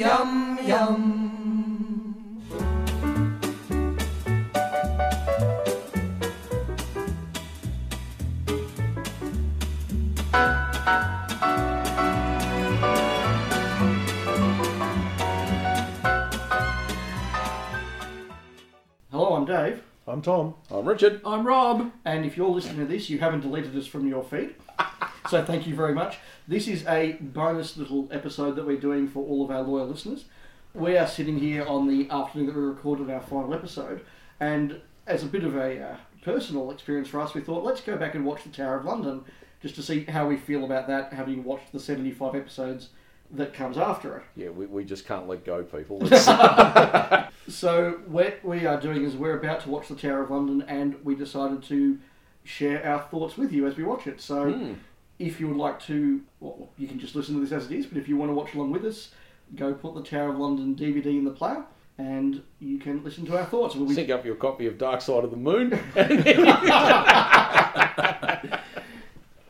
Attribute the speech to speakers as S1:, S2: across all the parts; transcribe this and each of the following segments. S1: yum yum. Hello, I'm Dave.
S2: I'm Tom.
S3: I'm Richard.
S1: Oh.
S4: I'm Rob.
S1: And if you're listening to this, you haven't deleted us from your feed. So thank you very much. This is a bonus little episode that we're doing for all of our loyal listeners. We are sitting here on the afternoon that we recorded our final episode, and as a bit of a uh, personal experience for us, we thought let's go back and watch the Tower of London just to see how we feel about that, having watched the 75 episodes that comes after it.
S3: Yeah, we, we just can't let go, people. It's-
S1: So what we are doing is we're about to watch the Tower of London, and we decided to share our thoughts with you as we watch it. So if you would like to, well, you can just listen to this as it is. But if you want to watch along with us, go put the Tower of London DVD in the player, and you can listen to our thoughts. We'll be-
S3: Sync up your copy of Dark Side of the Moon.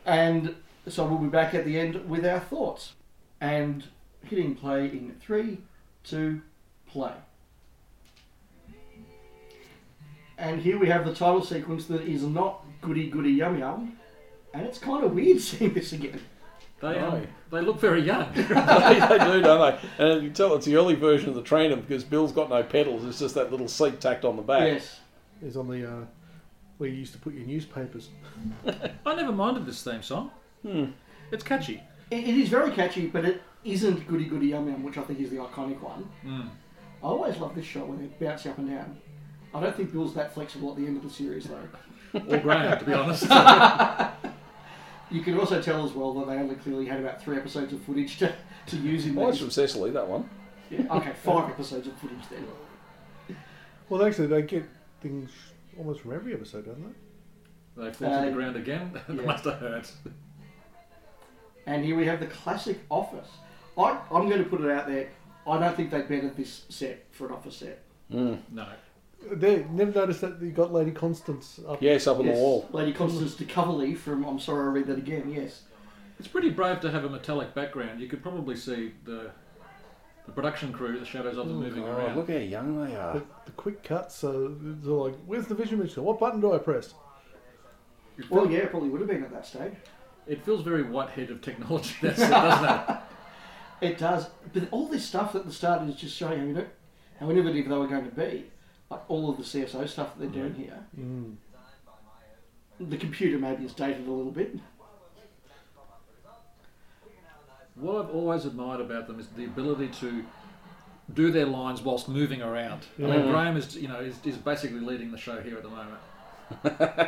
S1: and so we'll be back at the end with our thoughts. And hitting play in three, two, play. And here we have the title sequence that is not goody goody yum yum, and it's kind of weird seeing this again.
S4: They, um,
S3: Hi.
S4: they look very young.
S3: they, they do, don't they? And you can tell it's the early version of the trainer because Bill's got no pedals. It's just that little seat tacked on the back.
S1: Yes.
S2: Is on the uh, where you used to put your newspapers.
S4: I never minded this theme song.
S3: Hmm.
S4: It's catchy.
S1: It, it is very catchy, but it isn't Goody Goody Yum Yum, which I think is the iconic one. I always love this shot when they bounce you up and down. I don't think Bill's that flexible at the end of the series, though.
S4: Or Graham, to be honest.
S1: You can also tell as well that they only clearly had about three episodes of footage to, to use in
S3: Oh, it's
S1: these.
S3: from Cecily, that one.
S1: Yeah, okay, five episodes of footage then.
S2: Well, actually, they get things almost from every episode, don't they?
S4: they fall to
S1: Uh,
S3: Um,
S4: the ground again. that
S1: yeah.
S4: must have hurt.
S1: And here we have the classic office. I, I'm going to put it out there. I don't think they bettered this set for an office set.
S4: No.
S2: They never noticed that you got Lady Constance up.
S3: Yes, up on the wall.
S1: Lady Constance de Coverley from I'm Sorry I Read That Again, yes.
S4: It's pretty brave to have a metallic background. You could probably see the the production crew, the shadows of them moving
S3: Oh,
S4: around.
S3: look how young they are.
S2: The, the quick cuts. So they're like, "Where's the vision mixer? What button do I press?"
S4: It, feel-
S1: Well, yeah, it probably would have been at that stage.
S4: it feels very whitehead of technology, that's it, doesn't it?
S1: It does. But all this stuff at the start is just showing how, you know, how innovative they were going to be. Like all of the CSO stuff that they're doing here. The computer maybe is dated a little bit.
S4: What I've always admired about them is the ability to do their lines whilst moving around. I mean, Graham is, you know, is, is basically leading the show here at the moment.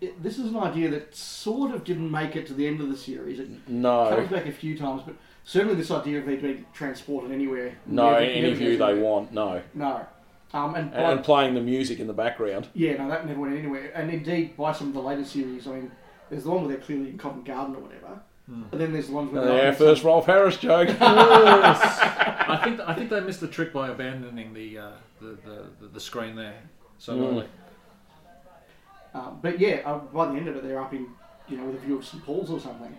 S1: it, this is an idea that sort of didn't make it to the end of the series. It
S3: No,
S1: comes back a few times, but certainly this idea of they being transported anywhere.
S3: no
S1: never-
S3: any
S1: never
S3: view
S1: gets-
S3: they want, no.
S1: No. Um, and,
S3: And,
S1: by-
S3: and playing the music in the background.
S1: yeah, no, that never went anywhere. And indeed, by some of the later series, I mean, there's the one where they're clearly in Covent Garden or whatever. But then there's the ones where
S3: And
S1: they're
S3: our
S1: in
S3: first Rolf Harris joke.
S2: Yes.
S4: I think I think they missed the trick by abandoning the uh, the, the, the screen there so
S2: Mm.
S4: early.
S1: some- um, but yeah, uh, by the end of it, they're up in you know with a view of St Paul's or something.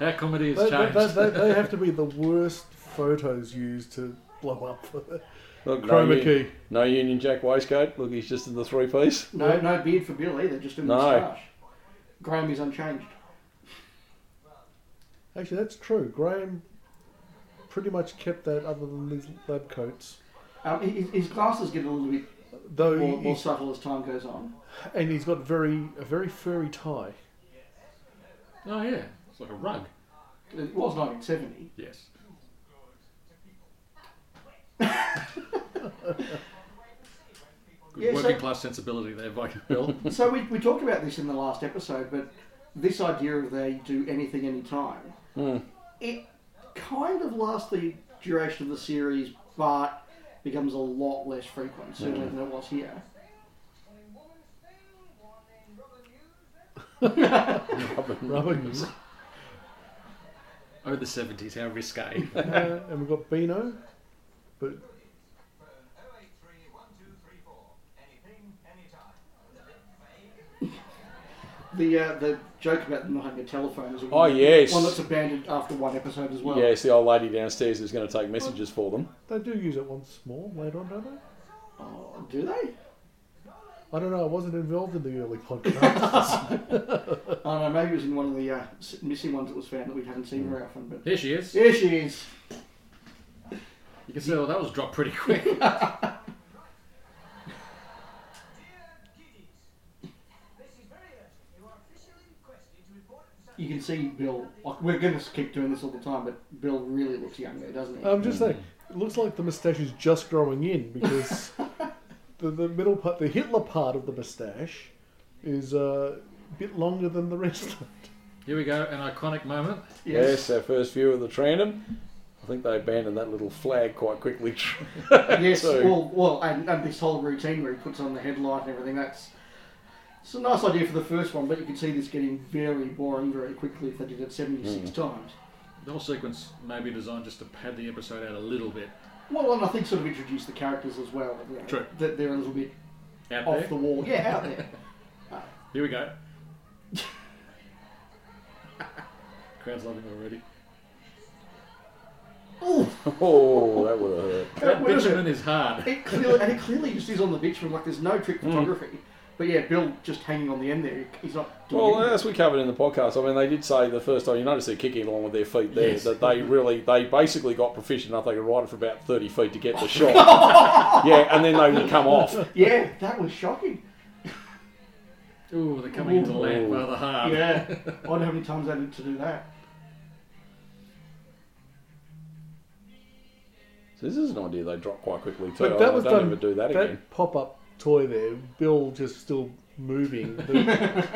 S4: Our comedy has
S2: they, they,
S4: changed.
S2: they, they, they have to be the worst photos used to blow up for the
S3: Look, no,
S2: chroma
S3: uni-
S2: key.
S3: no Union Jack waistcoat. Look, he's just in the three piece.
S1: No, no beard for Bill either, just a
S3: Hmm. No.
S1: moustache. Graham is unchanged.
S2: Actually, that's true. Graham pretty much kept that, other than these lab coats.
S1: Um, his, his glasses get a little bit
S2: Though,
S1: more,
S2: he,
S1: more
S2: he's,
S1: subtle as time goes on.
S2: and he's got very a very furry tie.
S4: Oh yeah, it's like a rug.
S1: It was 1970.
S4: Yes. Good
S1: Yeah, so-
S4: working class sensibility there, Viking Bill.
S3: Hmm.
S1: So we, we talked about this in the last episode, but this idea of they do anything anytime,
S3: Hmm.
S1: it kind of lasts the duration of the series, but becomes a lot less frequent, certainly
S3: Hmm.
S1: than it was here. Mm-hmm.
S2: Rubbings.
S4: oh, the seventies, how risque.
S2: Uh, and we've got Beano, but
S5: Phone 083 1234. Anything, anytime.
S1: The uh, the joke about not having a telephone is a
S3: Oh, yes.
S1: one that's abandoned after one episode as well.
S3: Yes, the old lady downstairs is going to take messages for them.
S2: They do use it once more later on, don't they?
S1: Oh, do they?
S2: I don't know. I wasn't involved in the early podcast.
S1: I don't know. Maybe it was in one of the uh, s- missing ones that was found that we haven't
S3: Hmm.
S1: seen very often. But
S4: Here she is.
S1: there she is.
S4: You can see well, that was dropped pretty quick.
S1: You can see Bill. Like, we're going to keep doing this all the time, but Bill really looks young there, doesn't he?
S3: Um,
S2: I'm just
S3: Hmm.
S2: saying, it looks like the moustache is just growing in because the, the middle part, the Hitler part of the moustache, is uh, a bit longer than the rest of it.
S4: Here we go, an iconic moment.
S3: Yes, our first view of the tandem. I think they abandoned that little flag quite quickly.
S1: Yes,
S3: uh, So-
S1: well, well and, and this whole routine where he puts on the headlight and everything, that's it's a nice idea for the first one, but you can see this getting very boring very quickly if they did it 76
S3: Hmm.
S1: times.
S4: The whole sequence may be designed just to pad the episode out a little bit.
S1: Well, and I think sort of introduce the characters as well. You know,
S4: True.
S1: That they're a little bit
S4: Out
S1: off
S4: there.
S1: the wall. Yeah, out there.
S4: Here we go. Crowd's loving it already.
S1: Ooh,
S3: oh, that would have hurt.
S1: that
S4: That
S1: was
S4: bitumen
S1: it.
S4: is hard.
S1: It clearly, and it clearly just is on the beach from like there's no
S3: Hmm.
S1: trick photography. But yeah, Bill just hanging on the end there. He's not doing
S3: Well,
S4: uh,
S1: anything.
S3: as we covered in the podcast, I mean, they did say the first time you notice they're kicking along with their feet there
S4: Yes.
S3: that they really, they basically got proficient enough they could ride it for about 30 feet to get the shot. yeah, and then they would come off.
S1: Yeah, that was shocking.
S4: Ooh, they're coming into land
S3: Ooh.
S4: rather hard.
S1: Yeah. I don't know how many times they did to do that.
S3: So this is an idea they dropped quite quickly too.
S2: But that
S3: I
S2: was
S3: oh, don't
S2: done.
S3: ever do that, again.
S2: pop up toy there, Bill just still moving. The-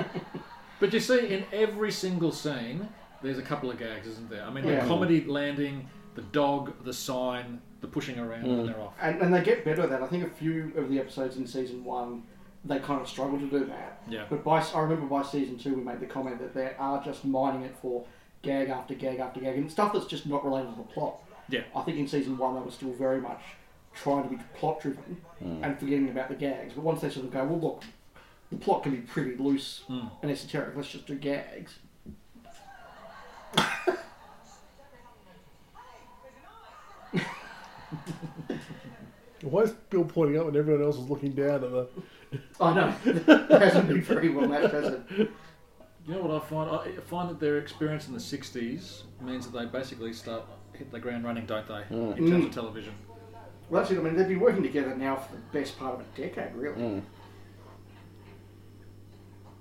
S4: But you see, in every single scene, there's a couple of gags, isn't there? I mean,
S1: Yeah.
S4: the comedy landing, the dog, the sign, the pushing around,
S1: Mm.
S4: and they're off.
S1: And, and they get better at that. I think a few of the episodes in season one, they kind of struggle to do that.
S4: Yeah.
S1: But by I remember by season two, we made the comment that they are just mining it for gag after gag after gag and stuff that's just not related to the plot.
S4: Yeah.
S1: I think in season one they were still very much trying to be plot driven and forgetting about the gags. But once they sort of go, well, look, the plot can be pretty loose and esoteric. Let's just do gags.
S2: Why is Bill pointing up when everyone else is looking down at the?
S1: I know it hasn't been very well matched, has it?
S4: You know what I find? I I find that their experience in the 60s means that they basically start hit the ground running, don't they?
S1: Mm.
S4: In terms of television.
S1: Well, that's it. I mean, they've been working together now for the best part of a decade, really.
S3: Hmm.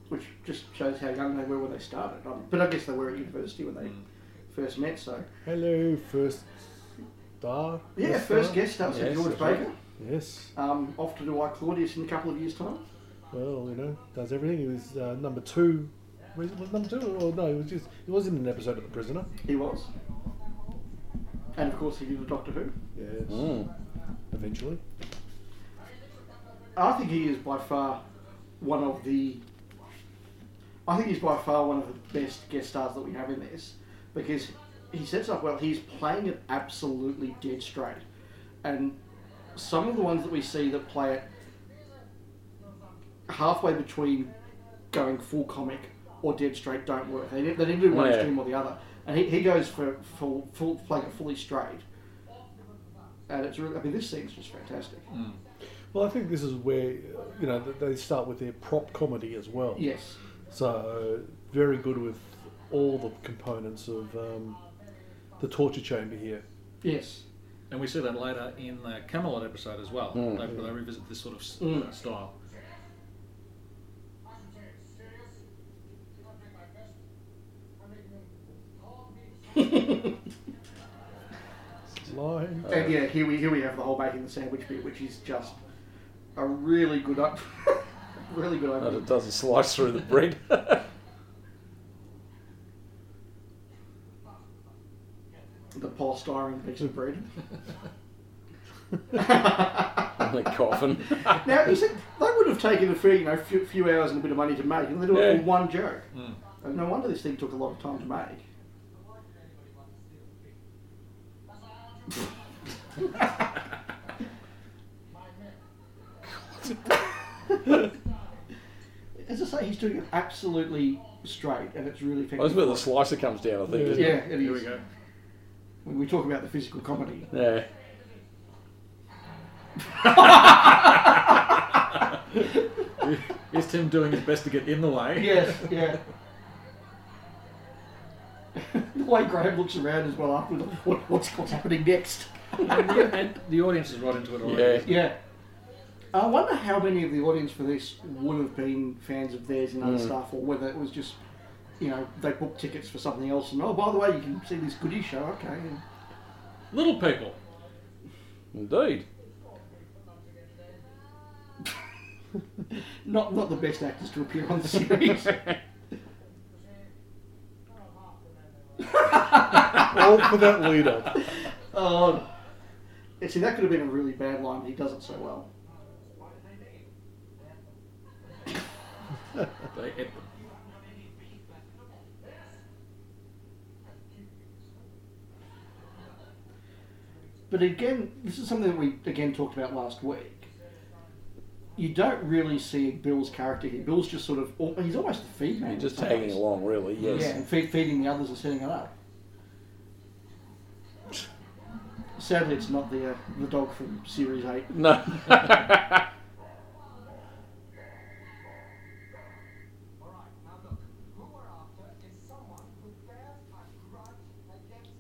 S1: Which just shows how young they were when they started. Um, but I guess they were at university when
S3: Hmm.
S1: they first met, so.
S2: Hello, first star.
S1: Yeah,
S2: guest
S1: first
S2: star?
S1: guest star, Sir
S3: Yes,
S1: George
S3: that's right.
S1: Baker.
S2: Yes.
S1: Um, off to do I Claudius in a couple of years' time.
S2: Well, you know, does everything. He was uh, number two. Was it number two? Or no, he was just. He was in an episode of The Prisoner.
S1: He was. And of course, he did a Doctor Who.
S2: Yes.
S3: Mm.
S2: Eventually.
S1: I think he is by far one of the. I think he's by far one of the best guest stars that we have in this because he sets up well. He's playing it absolutely dead straight, and some of the ones that we see that play it halfway between going full comic or dead straight don't work. They need, they need to do one
S3: Yeah.
S1: extreme or the other, and he, he goes for full, full playing it fully straight. And it's really, I mean, this scene's just fantastic.
S2: Well, I think this is where uh, you know th- they start with their prop comedy as well.
S1: Yes.
S2: So very good with all the components of um, the torture chamber here.
S1: Yes.
S4: And we see that later in the Camelot episode as well. They, they revisit this sort of s
S1: Mm.
S4: uh, style.
S2: Line.
S1: And yeah, here we here we have the whole making the sandwich bit, which is just a really good up, really good
S3: And it
S1: opening.
S3: doesn't slice through the bread.
S1: The polystyrene piece of bread.
S3: and the coffin.
S1: now, you said they would have taken a few you know few, few hours and a bit of money to make, and they do it
S3: Yeah.
S1: for one joke.
S4: Hmm.
S1: And no wonder this thing took a lot of time to make. As I say he's doing it absolutely straight, and it's really
S4: Oh,
S1: effective.
S3: That's where the slicer comes down, I think.
S2: Yeah.
S3: Isn't
S1: yeah,
S3: it?
S1: it
S4: Here we
S1: is.
S4: go.
S1: When we talk about the physical comedy,
S3: yeah.
S4: Is Tim doing his best to get in the way?
S1: Yes, yeah. the way Graham looks around as well after what, what's what's happening next.
S4: And the, and the audience is right into it already.
S3: Yeah.
S1: Yeah. I wonder how many of the audience for this would have been fans of theirs and other stuff, or whether it was just, you know, they booked tickets for something else and, oh, by the way, you can see this goodie show, okay. And
S4: Little people.
S3: Indeed.
S1: not, not the best actors to appear on the series.
S2: All for that lead up.
S1: Um, yeah, see, that could have been a really bad line, but he does it so well.
S4: They ate them.
S1: But again, this is something that we again talked about last week. You don't really see Bill's character here. Bill's just sort of al- he's almost the feed man.
S3: You're
S1: in
S3: just
S1: some
S3: tagging
S1: ways.
S3: along, really. Yes.
S1: Yeah, and feed, feeding the others and setting it up. Sadly, it's not the uh, the dog from Series Eight.
S3: No.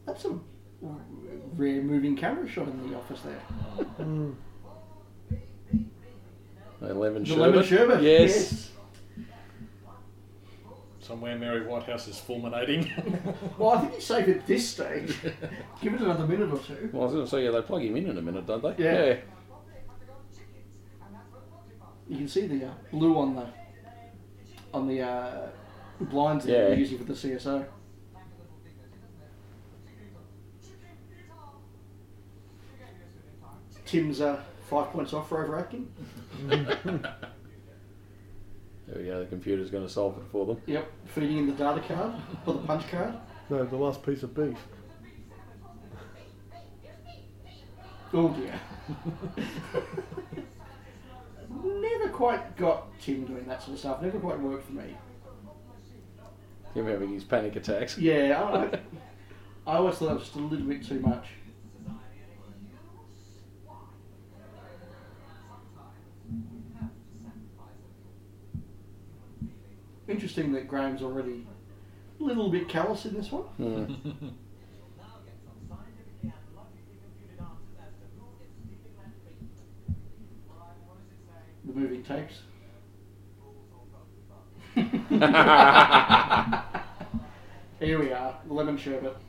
S1: That's some r- rare moving camera shot in the office there.
S3: The lemon
S1: The
S3: sherbet.
S1: lemon sherbet.
S3: Yes.
S4: Somewhere Mary Whitehouse is fulminating.
S1: Well, I think he's safe at this stage. Give it another minute or two.
S3: Well, I was going to say, yeah, they plug him in in a minute, don't they?
S1: Yeah.
S3: yeah.
S1: You can see the uh, blue on the on the uh, blinds that they're
S3: Yeah.
S1: using for the CSO. Tim's uh, five points off for overacting.
S3: There we go. The computer's going to solve it for them.
S1: Yep, feeding in the data card or the punch card.
S2: No, the last piece of beef.
S1: Oh dear. Never quite got Tim doing that sort of stuff. Never quite worked for me.
S3: Him having his panic attacks.
S1: Yeah, I, I always thought that was just a little bit too much. Interesting that Graham's already a little bit callous in this one.
S3: Hmm.
S1: The moving tapes. Here we are, lemon sherbet.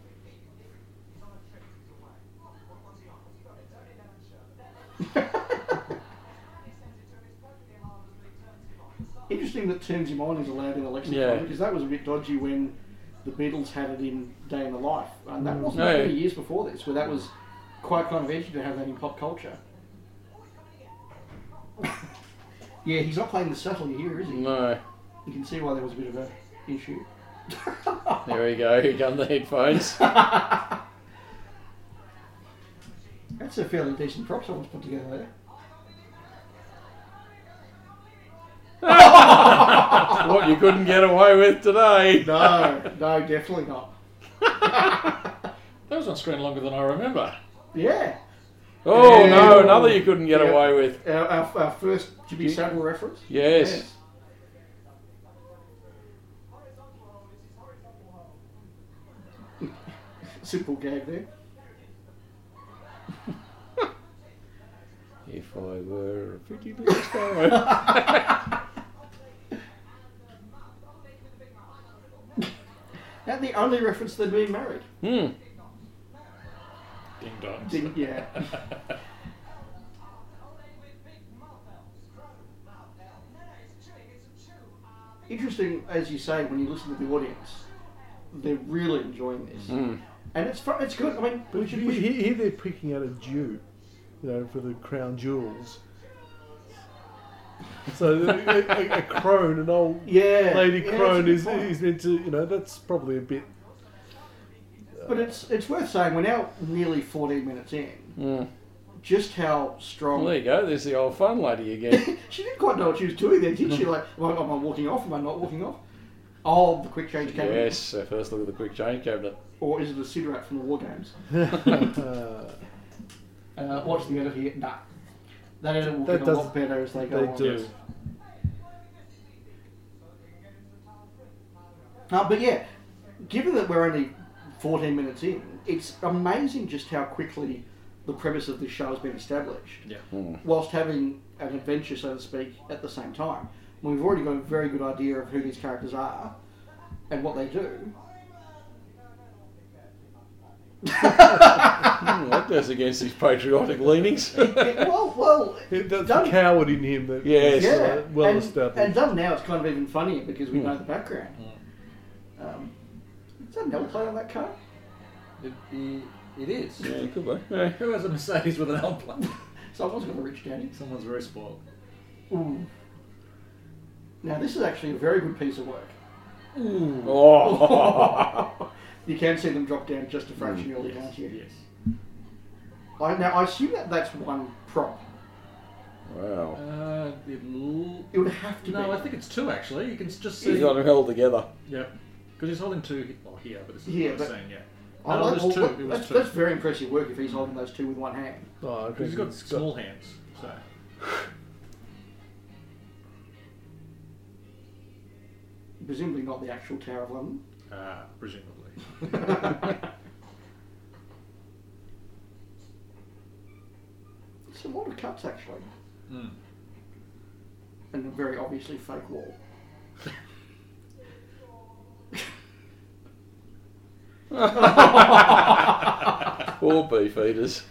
S1: Interesting that turns him on is allowed in election
S3: Yeah.
S1: time, because that was a bit dodgy when the Beatles had it in Day in the Life, and that wasn't
S3: Yeah.
S1: that many years before this, where that was quite kind of edgy to have that in pop culture. yeah, he's not playing the subtle here, is he?
S3: no.
S1: You can see why there was a bit of a issue.
S3: There we go. Here come the headphones.
S1: That's a fairly decent prop someone's put together there.
S3: what you couldn't get away with today.
S1: No, no, definitely not.
S4: that was on screen longer than I remember.
S1: Yeah,
S3: Oh
S1: Yeah.
S3: no, another you couldn't get
S1: Yeah.
S3: away with.
S1: our, our, our first Jimmy
S3: You-
S1: Savile reference.
S3: Yes.
S1: Yes. Simple gag there.
S3: If I were a pretty little star.
S1: That the only reference to them being married.
S3: hmm.
S4: Ding dong.
S1: Didn't- yeah. Interesting, as you say, when you listen to the audience, they're really enjoying this,
S3: Hmm.
S1: and it's fun, it's good. I mean, we
S2: But
S1: should,
S2: here,
S1: we should-
S2: here here they're picking out a Jew, you know, for the crown jewels. So a, a, a crone, an old
S1: yeah,
S2: lady
S1: yeah,
S2: crone,
S1: it's
S2: is,
S1: a good point.
S2: is meant to, you know, that's probably a bit.
S1: But it's it's worth saying we're now nearly fourteen minutes in.
S3: Hmm.
S1: just how strong.
S3: Well, there you go. There's the old fun lady again.
S1: She didn't quite know what she was doing there, did she? Like, am I, am I walking off? Am I not walking off? Oh, the quick change cabinet.
S3: yes. uh, First look at the quick change cabinet.
S1: Or is it a Sidorat from the War Games?
S2: Uh,
S1: Uh, watch the edit here. Nah. That edit will
S2: That
S1: get a
S2: does-
S1: lot better as they go
S2: they
S1: on.
S2: do.
S1: Uh, but yeah, given that we're only 14 minutes in, it's amazing just how quickly the premise of this show has been established,
S4: Yeah.
S1: whilst having an adventure, so to speak, at the same time. We've already got a very good idea of who these characters are and what they do.
S3: Hmm, that goes against his patriotic leanings.
S1: Yeah, well, well,
S2: it- that's
S1: Done.
S2: the coward in him that
S3: Yes.
S2: is,
S1: yeah,
S2: uh, well
S1: and,
S2: established. Hmm.
S1: and done now, it's kind of even funnier because we know the background. Um, is that Nell play on that car?
S4: It, it, it is.
S3: yeah, it could be. Yeah.
S4: Who has a Mercedes with an L plate?
S1: Someone's got a rich daddy.
S4: Someone's very spoiled. Mm.
S1: Ooh. Now this is actually a very good piece of work.
S4: Ooh.
S3: Oh.
S1: you can see them drop down just a fraction early, can't you?
S4: Mm, Yes.
S1: I, now I assume that that's one prop.
S3: wow.
S4: Uh, it l-
S1: It would have to
S4: no,
S1: be.
S4: I think it's two actually. You can s- just see.
S3: He's got him held together.
S4: Yeah. Because he's holding two. Well, here, but it's
S1: Yeah,
S4: yeah,
S1: but-
S4: saying, yeah.
S1: I
S4: No,
S1: like-
S4: there's two.
S1: well,
S4: It was
S1: that's,
S4: two.
S1: that's very impressive work if he's holding those two with one hand.
S2: oh, I
S4: Because he's
S2: think
S4: got small hands, so.
S1: Presumably not the actual Tower of London.
S4: Ah, presumably.
S1: It's a lot of cuts actually,
S4: Mm.
S1: and a very obviously fake wall.
S3: Poor beef eaters.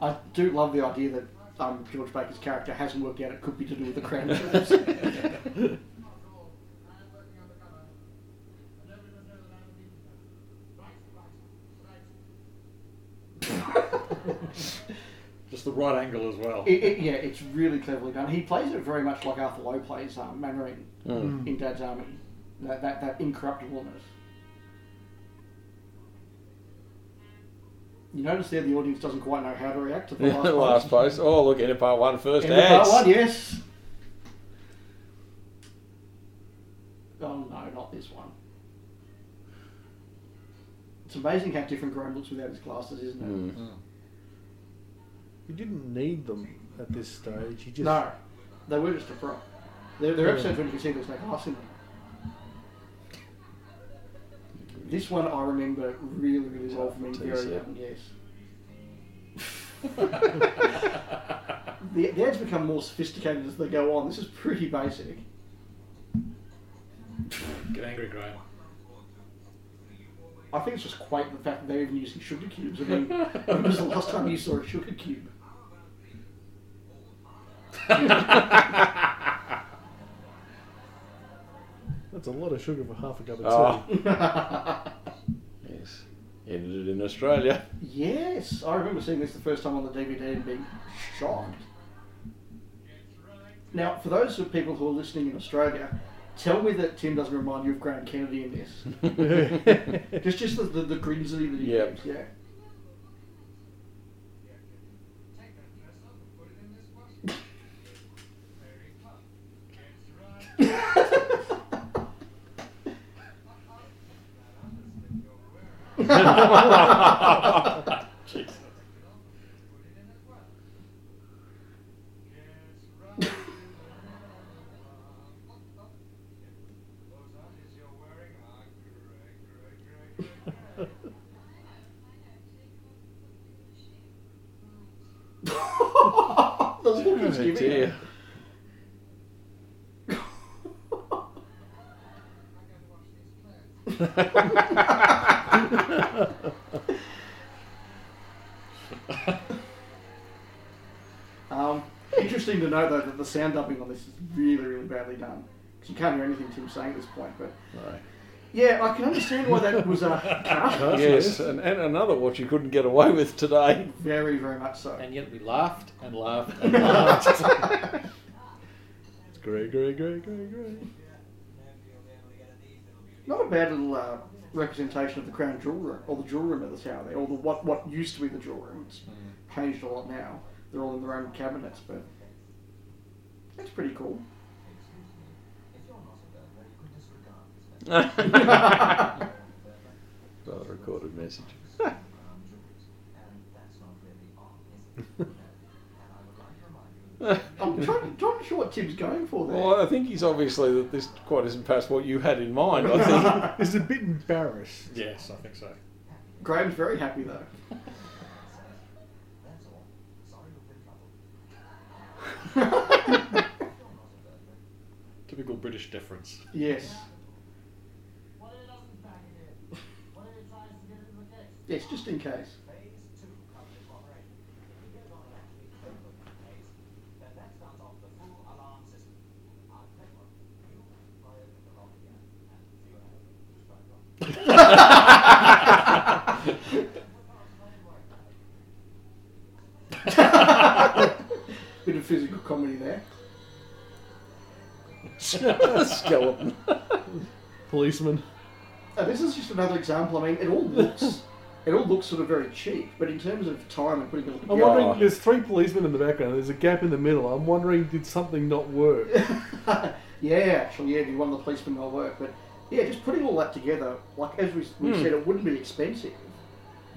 S1: I do love the idea that um, George Baker's character hasn't worked out it could be to do with the crown jewels.
S4: Just the right angle as well.
S1: It- it- yeah, it's really cleverly done. He plays it very much like Arthur Lowe plays um, Mannering
S3: Hmm.
S1: in Dad's Army. That, that, that incorruptibleness. You notice there the audience doesn't quite know how to react to
S4: Hmm.
S1: the
S3: Yeah,
S1: last,
S3: last post. Oh, look, enter part one first.
S1: And the part
S3: ads.
S1: one, yes. Oh no, not this one. It's amazing how different Graham looks without his glasses, isn't it?
S3: Hmm.
S2: He didn't need them at this stage. He just
S1: No, they were just a prop. There, there are
S2: Yeah.
S1: episodes when you can see there's no glass in them. This one I remember really, really well from being very
S3: T-shirt.
S1: young, yes. the, the ads become more sophisticated as they go on. This is pretty basic.
S4: Get angry, Graham.
S1: I think it's just quite the fact that they're even using sugar cubes. I mean, when was the last time you saw a sugar cube?
S2: That's a lot of sugar for half a cup of
S3: Oh.
S2: tea.
S3: Yes. Edited in Australia.
S1: Yes, I remember seeing this the first time on the DVD and being shocked. Now, for those of people who are listening in Australia, tell me that Tim doesn't remind you of Graham Kennedy in this. just just the, the, the grins that he that he
S3: Yeah.
S1: gives, yeah. the look he's
S3: Oh,
S1: giving
S3: dear.
S1: it. Um, interesting to note, though, that the sound dubbing on this is really, really badly done. Because you can't hear anything Tim's saying at this point, but
S3: Right.
S1: Yeah, I can understand why that was uh, cut.
S3: Yes, and, and another what you couldn't get away with today.
S1: Very, very much so.
S5: And yet we laughed and laughed.
S2: It's great, great, great, great, great.
S1: Not a bad little uh, representation of the Crown Jewel Room, or the Jewel Room at the Tower there, or the, what, what used to be the Jewel Room. It's changed a lot now. They're all in their own cabinets, but that's pretty cool.
S3: Another recorded message.
S1: I'm trying, trying to sure what Tim's going for there.
S3: Well, I think he's obviously that this quite isn't past what you had in mind. I think.
S2: It's a bit embarrassed.
S4: Yes, I think so.
S1: Graham's very happy though.
S4: Typical British deference.
S1: Yes. Yes, just in case. Bit of physical comedy there.
S3: skeleton.
S2: Policeman.
S1: Uh, this is just another example. I mean, it all looks, it all looks sort of very cheap, but in terms of time and putting it all
S2: I'm
S1: together,
S2: wondering,
S3: Yeah.
S2: there's three policemen in the background, there's a gap in the middle. I'm wondering, did something not work?
S1: yeah, actually, yeah, it'd be one of the policemen will work, but yeah, just putting all that together, like as we,
S2: Hmm.
S1: we said, it wouldn't be expensive,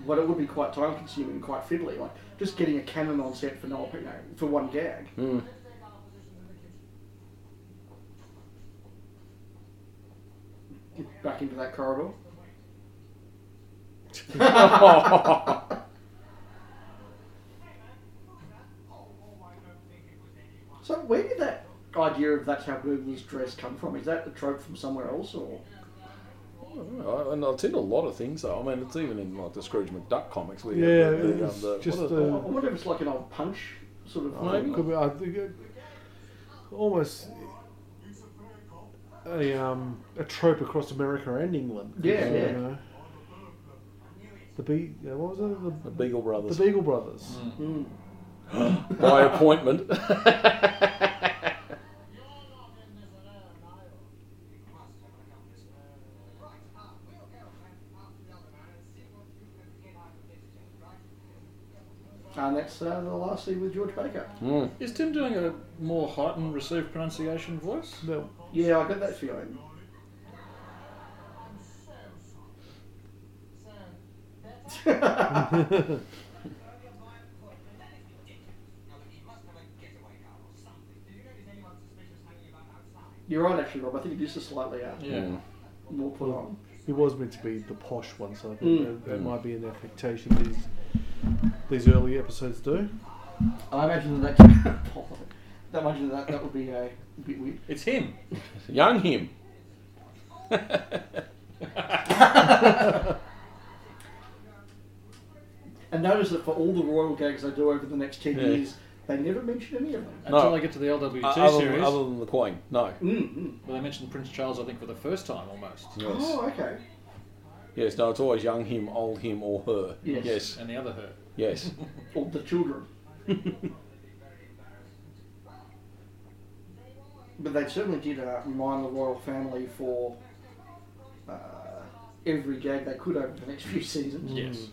S1: but it would be quite time consuming, and quite fiddly. Like just getting a cannon on set for no, you know, for one gag.
S2: Hmm.
S1: Get back into that corridor. So where did that idea of that's how burglars dress come from? Is that a trope from somewhere else, or
S3: Uh, and it's in a lot of things, though. I mean, it's even in like the Scrooge McDuck comics. We
S2: Yeah,
S3: have the, the,
S2: it's
S3: um, the,
S2: just
S3: what are-
S1: I
S2: the-
S1: I wonder if it's like an old punch sort of maybe?
S2: Uh, Could be- I think it- almost a, um, a trope across America and England.
S1: Yeah,
S2: You
S1: yeah.
S2: know. The Be- yeah, what was it?
S3: the
S2: The,
S3: Beagle Brothers
S2: the Beagle Brothers.
S1: Mm.
S3: by appointment.
S1: And that's uh, the last thing with George Baker.
S3: Mm.
S4: Is Tim doing a more heightened received pronunciation voice?
S2: No,
S1: Yeah, I got that feeling. You're right, actually, Rob. I think it is a slightly uh,
S4: Yeah.
S3: Hmm.
S1: more put on.
S2: he was meant to be the posh one, so I think
S1: Mm.
S2: that, that might be an affectation these these early episodes do.
S1: I imagine that that, I imagine that that would be uh, a bit weird.
S4: It's him.
S3: Young him.
S1: And notice that for all the royal gags they do over the next ten
S3: Yeah.
S1: years, they never mention any of them.
S4: Until I get to the LWT
S3: Uh, other,
S4: series,
S3: than, other than the Queen, no.
S1: Mm, mm.
S4: where they mentioned Prince Charles, I think, for the first time almost.
S3: Yes.
S1: Oh, okay.
S3: yes, no. It's always young him, old him, or her.
S1: Yes.
S3: yes,
S4: And the other her.
S3: yes.
S1: Or the children. but they certainly did uh, mine the royal family for uh, every gag they could over the next few seasons.
S4: Yes.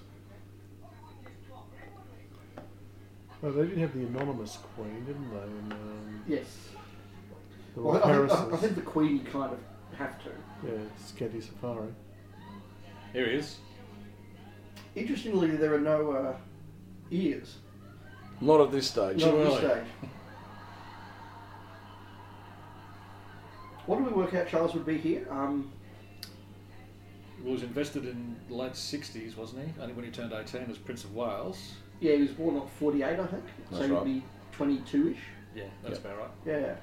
S2: Oh, they did have the anonymous queen, didn't they? And, um,
S1: Yes.
S2: the
S1: Well, I, think, I, I
S2: Harrises.
S1: think the Queen you kind of have to.
S2: Yeah, Scatty Safari.
S4: Here he is.
S1: Interestingly, there are no uh, ears.
S3: Not at this stage.
S1: Not at this
S4: Really?
S1: stage. What did we work out Charles would be here? Um,
S4: Well, he was invested in the late 60s, wasn't he? Only when he turned 18 as Prince of Wales.
S1: yeah, he was born at 48, I think. so
S3: That's
S1: he'd
S3: right.
S1: be 22 ish.
S4: Yeah, that's
S3: Yep.
S4: about right.
S1: Yeah.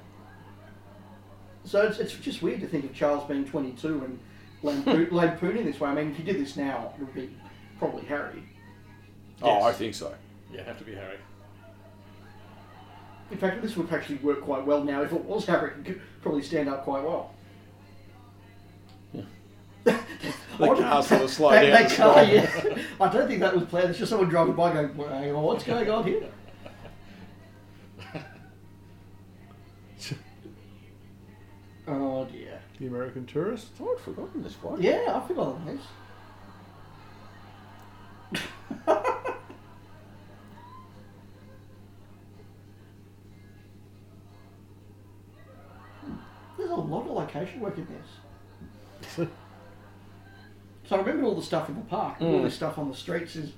S1: So it's, it's just weird to think of Charles being 22 and lampoon, lampooning this way. I mean, if you did this now, it would be probably Harry.
S3: Oh, I
S4: Yes.
S3: think so.
S4: Yeah, have to be Harry.
S1: In fact, this would actually work quite well now if it was Harry. It could probably stand up quite well.
S3: The
S1: What-
S3: car's sort of slide
S1: That,
S3: down.
S1: that
S3: and
S1: car,
S3: stop.
S1: yeah. I don't think that was planned. It's just someone driving by going, "Well, hang on, what's going on here? oh dear.
S2: The American tourist.
S3: Oh, I'd forgotten this one.
S1: Yeah, I forgot this. There's a lot of location work in this. so I remember all the stuff in the park, all this stuff on the streets is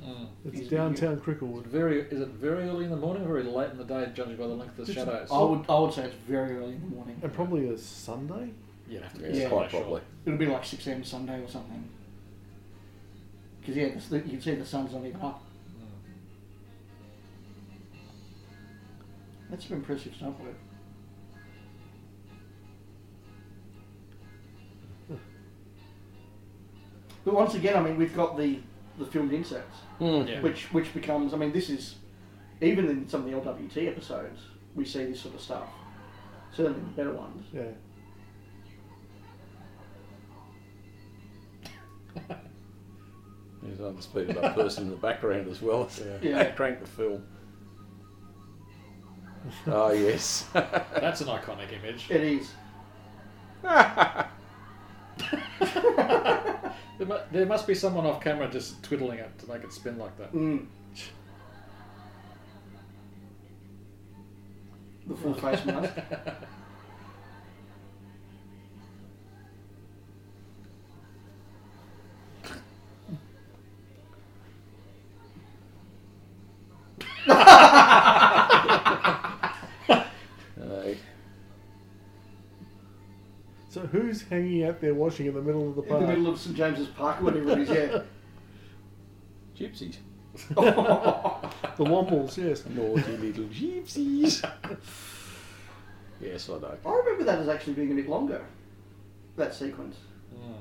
S2: It's
S1: Is it
S2: downtown Cricklewood.
S4: Very, is it very early in the morning or very late in the day, judging by the length of the
S2: It's-
S4: shadows?
S1: I would I would say it's very early in the morning.
S2: And probably a Sunday?
S4: You'd have to
S3: Yeah,
S4: be
S1: Yeah.
S3: quite
S4: sure.
S3: probably.
S1: It'll be like six am Sunday or something. Because yeah, the, you can see the sun's not even up. That's some impressive stuff. work. But once again, I mean, we've got the the filmed insects,
S3: Mm.
S4: Yeah.
S1: which which becomes, I mean, this is even in some of the LWT episodes, we see this sort of stuff. Certainly the better ones.
S2: Yeah.
S3: There's another speed of that person in the background as well.
S1: Yeah.
S3: Crank the film. Oh, yes.
S4: That's an iconic image.
S1: It is.
S4: There, mu- there must be someone off camera just twiddling it to make it spin like that.
S1: Mm. The full face mask.
S3: Aye.
S2: So who's hanging out there watching in the middle of the
S1: In
S2: park?
S1: the middle of St James's Park, whatever it is, yeah.
S3: gypsies.
S2: The Wombles, yes.
S3: Naughty little gypsies. yes, I know.
S1: I remember that as actually being a bit longer, that sequence.
S4: Mm.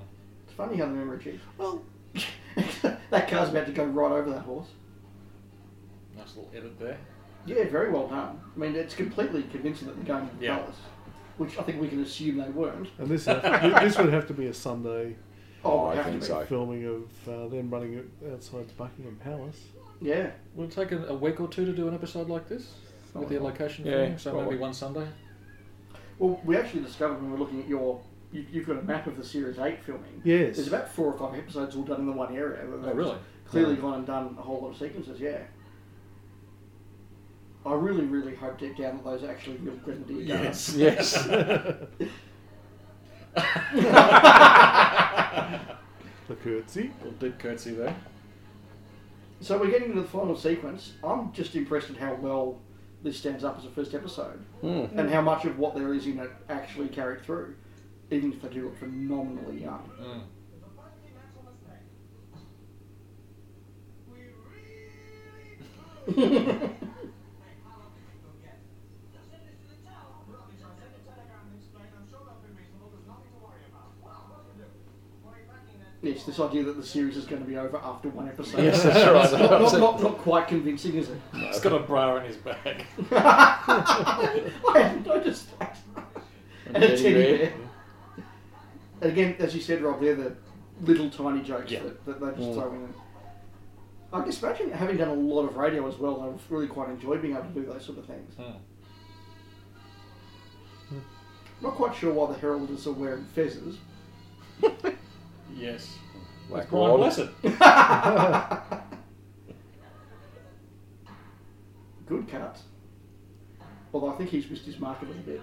S1: It's funny how the memory cheats.
S2: Well,
S1: that car's about to go right over that horse.
S4: Nice little edit there.
S1: Yeah, very well done. I mean, it's completely convincing that they're going to the
S4: Yeah.
S1: palace, which I think we can assume they weren't.
S2: and this uh, this would have to be a Sunday
S1: Oh,
S3: Oh,
S1: it
S3: I
S1: would have
S3: think
S1: to be.
S3: so.
S2: filming of uh, them running it outside Buckingham Palace.
S1: Yeah.
S4: Will it take a, a week or two to do an episode like this? With the location
S3: Yeah,
S4: filming? So
S3: probably.
S4: maybe one Sunday?
S1: Well, we actually discovered when we were looking at your, you, you've got a map of the series eight filming.
S2: Yes.
S1: There's about four or five episodes all done in the one area.
S4: Oh, really?
S1: Clearly gone and done a whole lot of sequences, yeah. I really, really hope deep down that those are actually real Grenadier guns.
S3: Yes.
S2: The curtsy.
S4: little deep curtsy there.
S1: So we're getting into the final sequence. I'm just impressed at how well this stands up as a first episode
S3: Hmm.
S1: and how much of what there is in it actually carried through, even if they do look phenomenally young. Yes, this idea that the series is going to be over after one episode.
S3: Yes, that's right.
S1: not, not, not, not quite convincing, is it?
S4: He's got a bra in his bag.
S1: I hadn't noticed that. And a teddy bear. And again, as you said, Rob, they're the little tiny jokes
S4: Yeah. Mm.
S1: that, that they just throw in. I guess imagine having done a lot of radio as well, I've really quite enjoyed being able to do those sort of things.
S4: Hmm.
S1: Hmm. Not quite sure why the heralders are wearing fezzes.
S4: Yes.
S3: Black
S4: Brian
S3: Rod.
S4: Blessed.
S1: Good cut. Although I think he's missed his mark a little bit.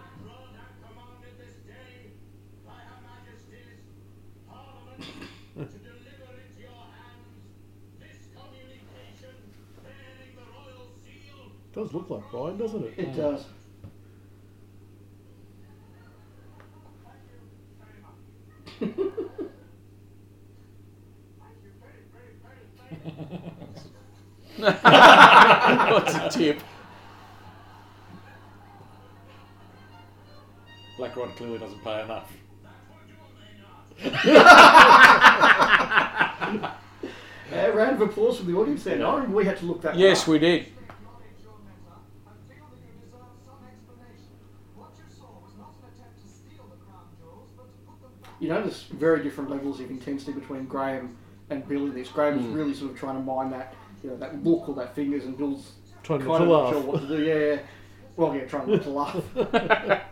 S2: Does look like Brian, doesn't it?
S1: It
S4: Hmm.
S1: does.
S3: What's a tip?
S4: Black Rod clearly doesn't pay enough.
S1: A round of applause from the audience there. I remember we had to look that
S3: Yes,
S1: one up.
S3: we did.
S1: you know, there's very different levels of intensity between Graham and Bill in this. Graham's
S3: Hmm.
S1: really sort of trying to mine that, you know, that look or that fingers, and Bill's
S2: Trying
S1: kind
S2: not to
S1: of not sure
S2: laugh.
S1: what to do. Yeah, yeah. Well, yeah, trying not to laugh.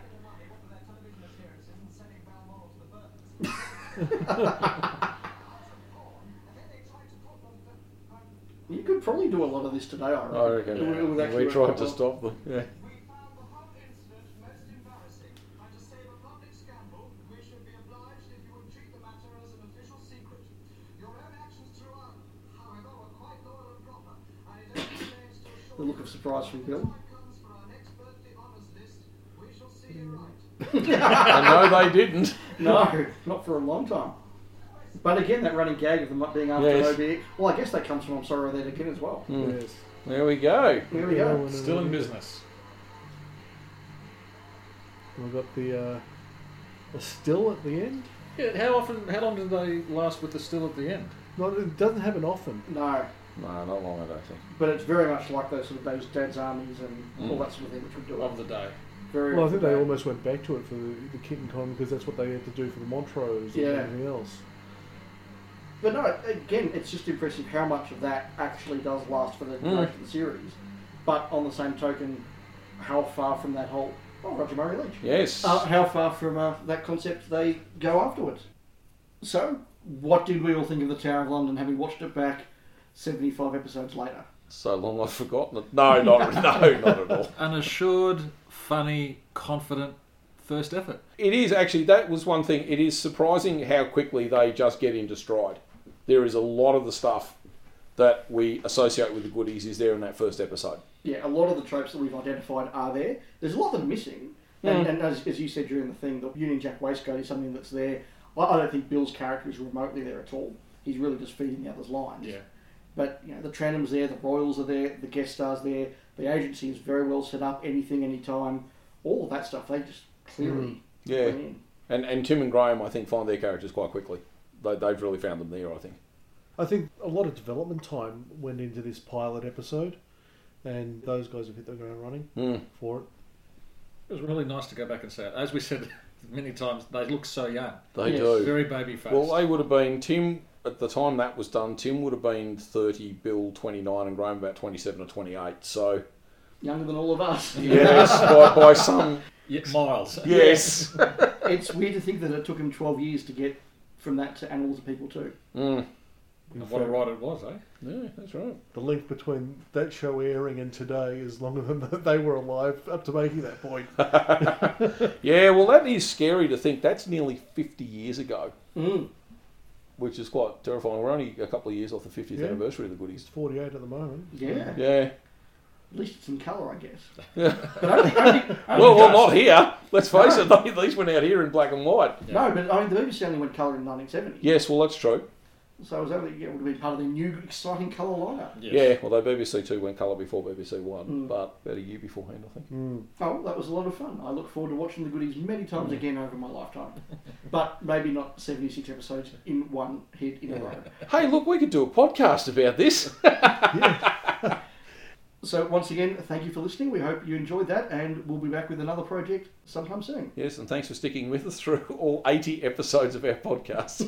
S1: You could probably do a lot of this today, I reckon.
S3: I reckon
S1: It would- it would
S3: yeah.
S1: actually
S3: Oh, we
S1: work
S3: tried
S1: quite
S3: to
S1: well.
S3: stop them. Yeah.
S1: The look of surprise from Bill.
S3: I know they didn't.
S1: No, not for a long time. But again, that running gag of them not being after
S3: Yes.
S1: OBE. Well, I guess that comes from I'm sorry that again as well.
S2: Yes.
S3: There we go.
S1: Here we
S2: Yeah,
S1: go.
S2: when, uh,
S5: Still in business.
S2: We've got the uh, a still at the end.
S4: Yeah, how often? How long do they last with the still at the end?
S2: Not, it doesn't happen often.
S1: No,
S3: No, not long, I don't think.
S1: but it's very much like those sort of those dad's armies and all that sort of thing, which would do it
S4: Of the day.
S1: very.
S2: Well, I think they
S1: often.
S2: almost went back to it for the, the Kitten Con because that's what they had to do for the Montrose
S1: Yeah.
S2: and everything else.
S1: But no, again, it's just impressive how much of that actually does last for the duration of the series. But on the same token, how far from that whole oh Roger Murray Leach.
S3: Yes.
S1: uh, how far from uh, that concept they go afterwards. So, what did we all think of the Tower of London having watched it back 75 episodes later?
S3: so long I've forgotten it. No, not no, not at all.
S4: An assured, funny, confident first effort.
S3: It is actually that was one thing. It is surprising how quickly they just get into stride. There is a lot of the stuff that we associate with the goodies is there in that first episode.
S1: Yeah, a lot of the tropes that we've identified are there. There's a lot that are missing. And, and as, as you said during the thing, the Union Jack waistcoat is something that's there. I, I don't think Bill's character is remotely there at all. He's really just feeding the others lines. But you know, the Tranum's there, the Royals are there, the guest stars there, the agency is very well set up, anything, anytime, all of that stuff they just clearly
S3: Hmm. Yeah.
S1: bring in.
S3: And and Tim and Graham, I think, find their characters quite quickly. They, they've really found them there, I think.
S2: I think a lot of development time went into this pilot episode, and those guys have hit the ground running
S3: Mm.
S2: for it.
S4: It was really nice to go back and say it. As we said many times, they look so young.
S3: They
S1: Yes.
S3: do.
S4: Very baby faced.
S3: Oh. Well, they would have been Tim at the time that was done. Tim would have been thirty, Bill twenty nine, and Graham about twenty seven or twenty eight. So
S1: Younger than all of us.
S3: yes, by, by some
S4: yeah, miles.
S3: yes,
S1: it's weird to think that it took him 12 years to get from that to Animal to People too.
S3: mm.
S4: And what a ride it was, eh?
S3: yeah, that's right.
S2: The link between that show airing and today is longer than they were alive up to making that point.
S3: Yeah, well, that is scary to think. That's nearly fifty years ago,
S1: Mm.
S3: which is quite terrifying. We're only a couple of years off the fiftieth
S2: Yeah.
S3: anniversary of the Goodies.
S2: It's 48 at the moment.
S1: Yeah.
S3: Yeah,
S1: At least it's in colour, I guess.
S3: well, well, not here. Let's face it, they, these went out here in black and white.
S1: No, but I mean, the BBC only went colour in 1970.
S3: Yes, well, that's true.
S1: So it was only, yeah, it would have been part of the new, exciting colour lineup.
S3: Yeah, although BBC Two went colour before BBC One,
S1: Mm.
S3: but about a year beforehand, I think.
S1: Oh, that was a lot of fun. I look forward to watching the goodies many times again over my lifetime. but maybe not 76 episodes in one hit in a row.
S3: Hey, look, we could do a podcast about this.
S1: So, once again, thank you for listening. We hope you enjoyed that, and we'll be back with another project sometime soon.
S3: yes, and thanks for sticking with us through all 80 episodes of our podcast.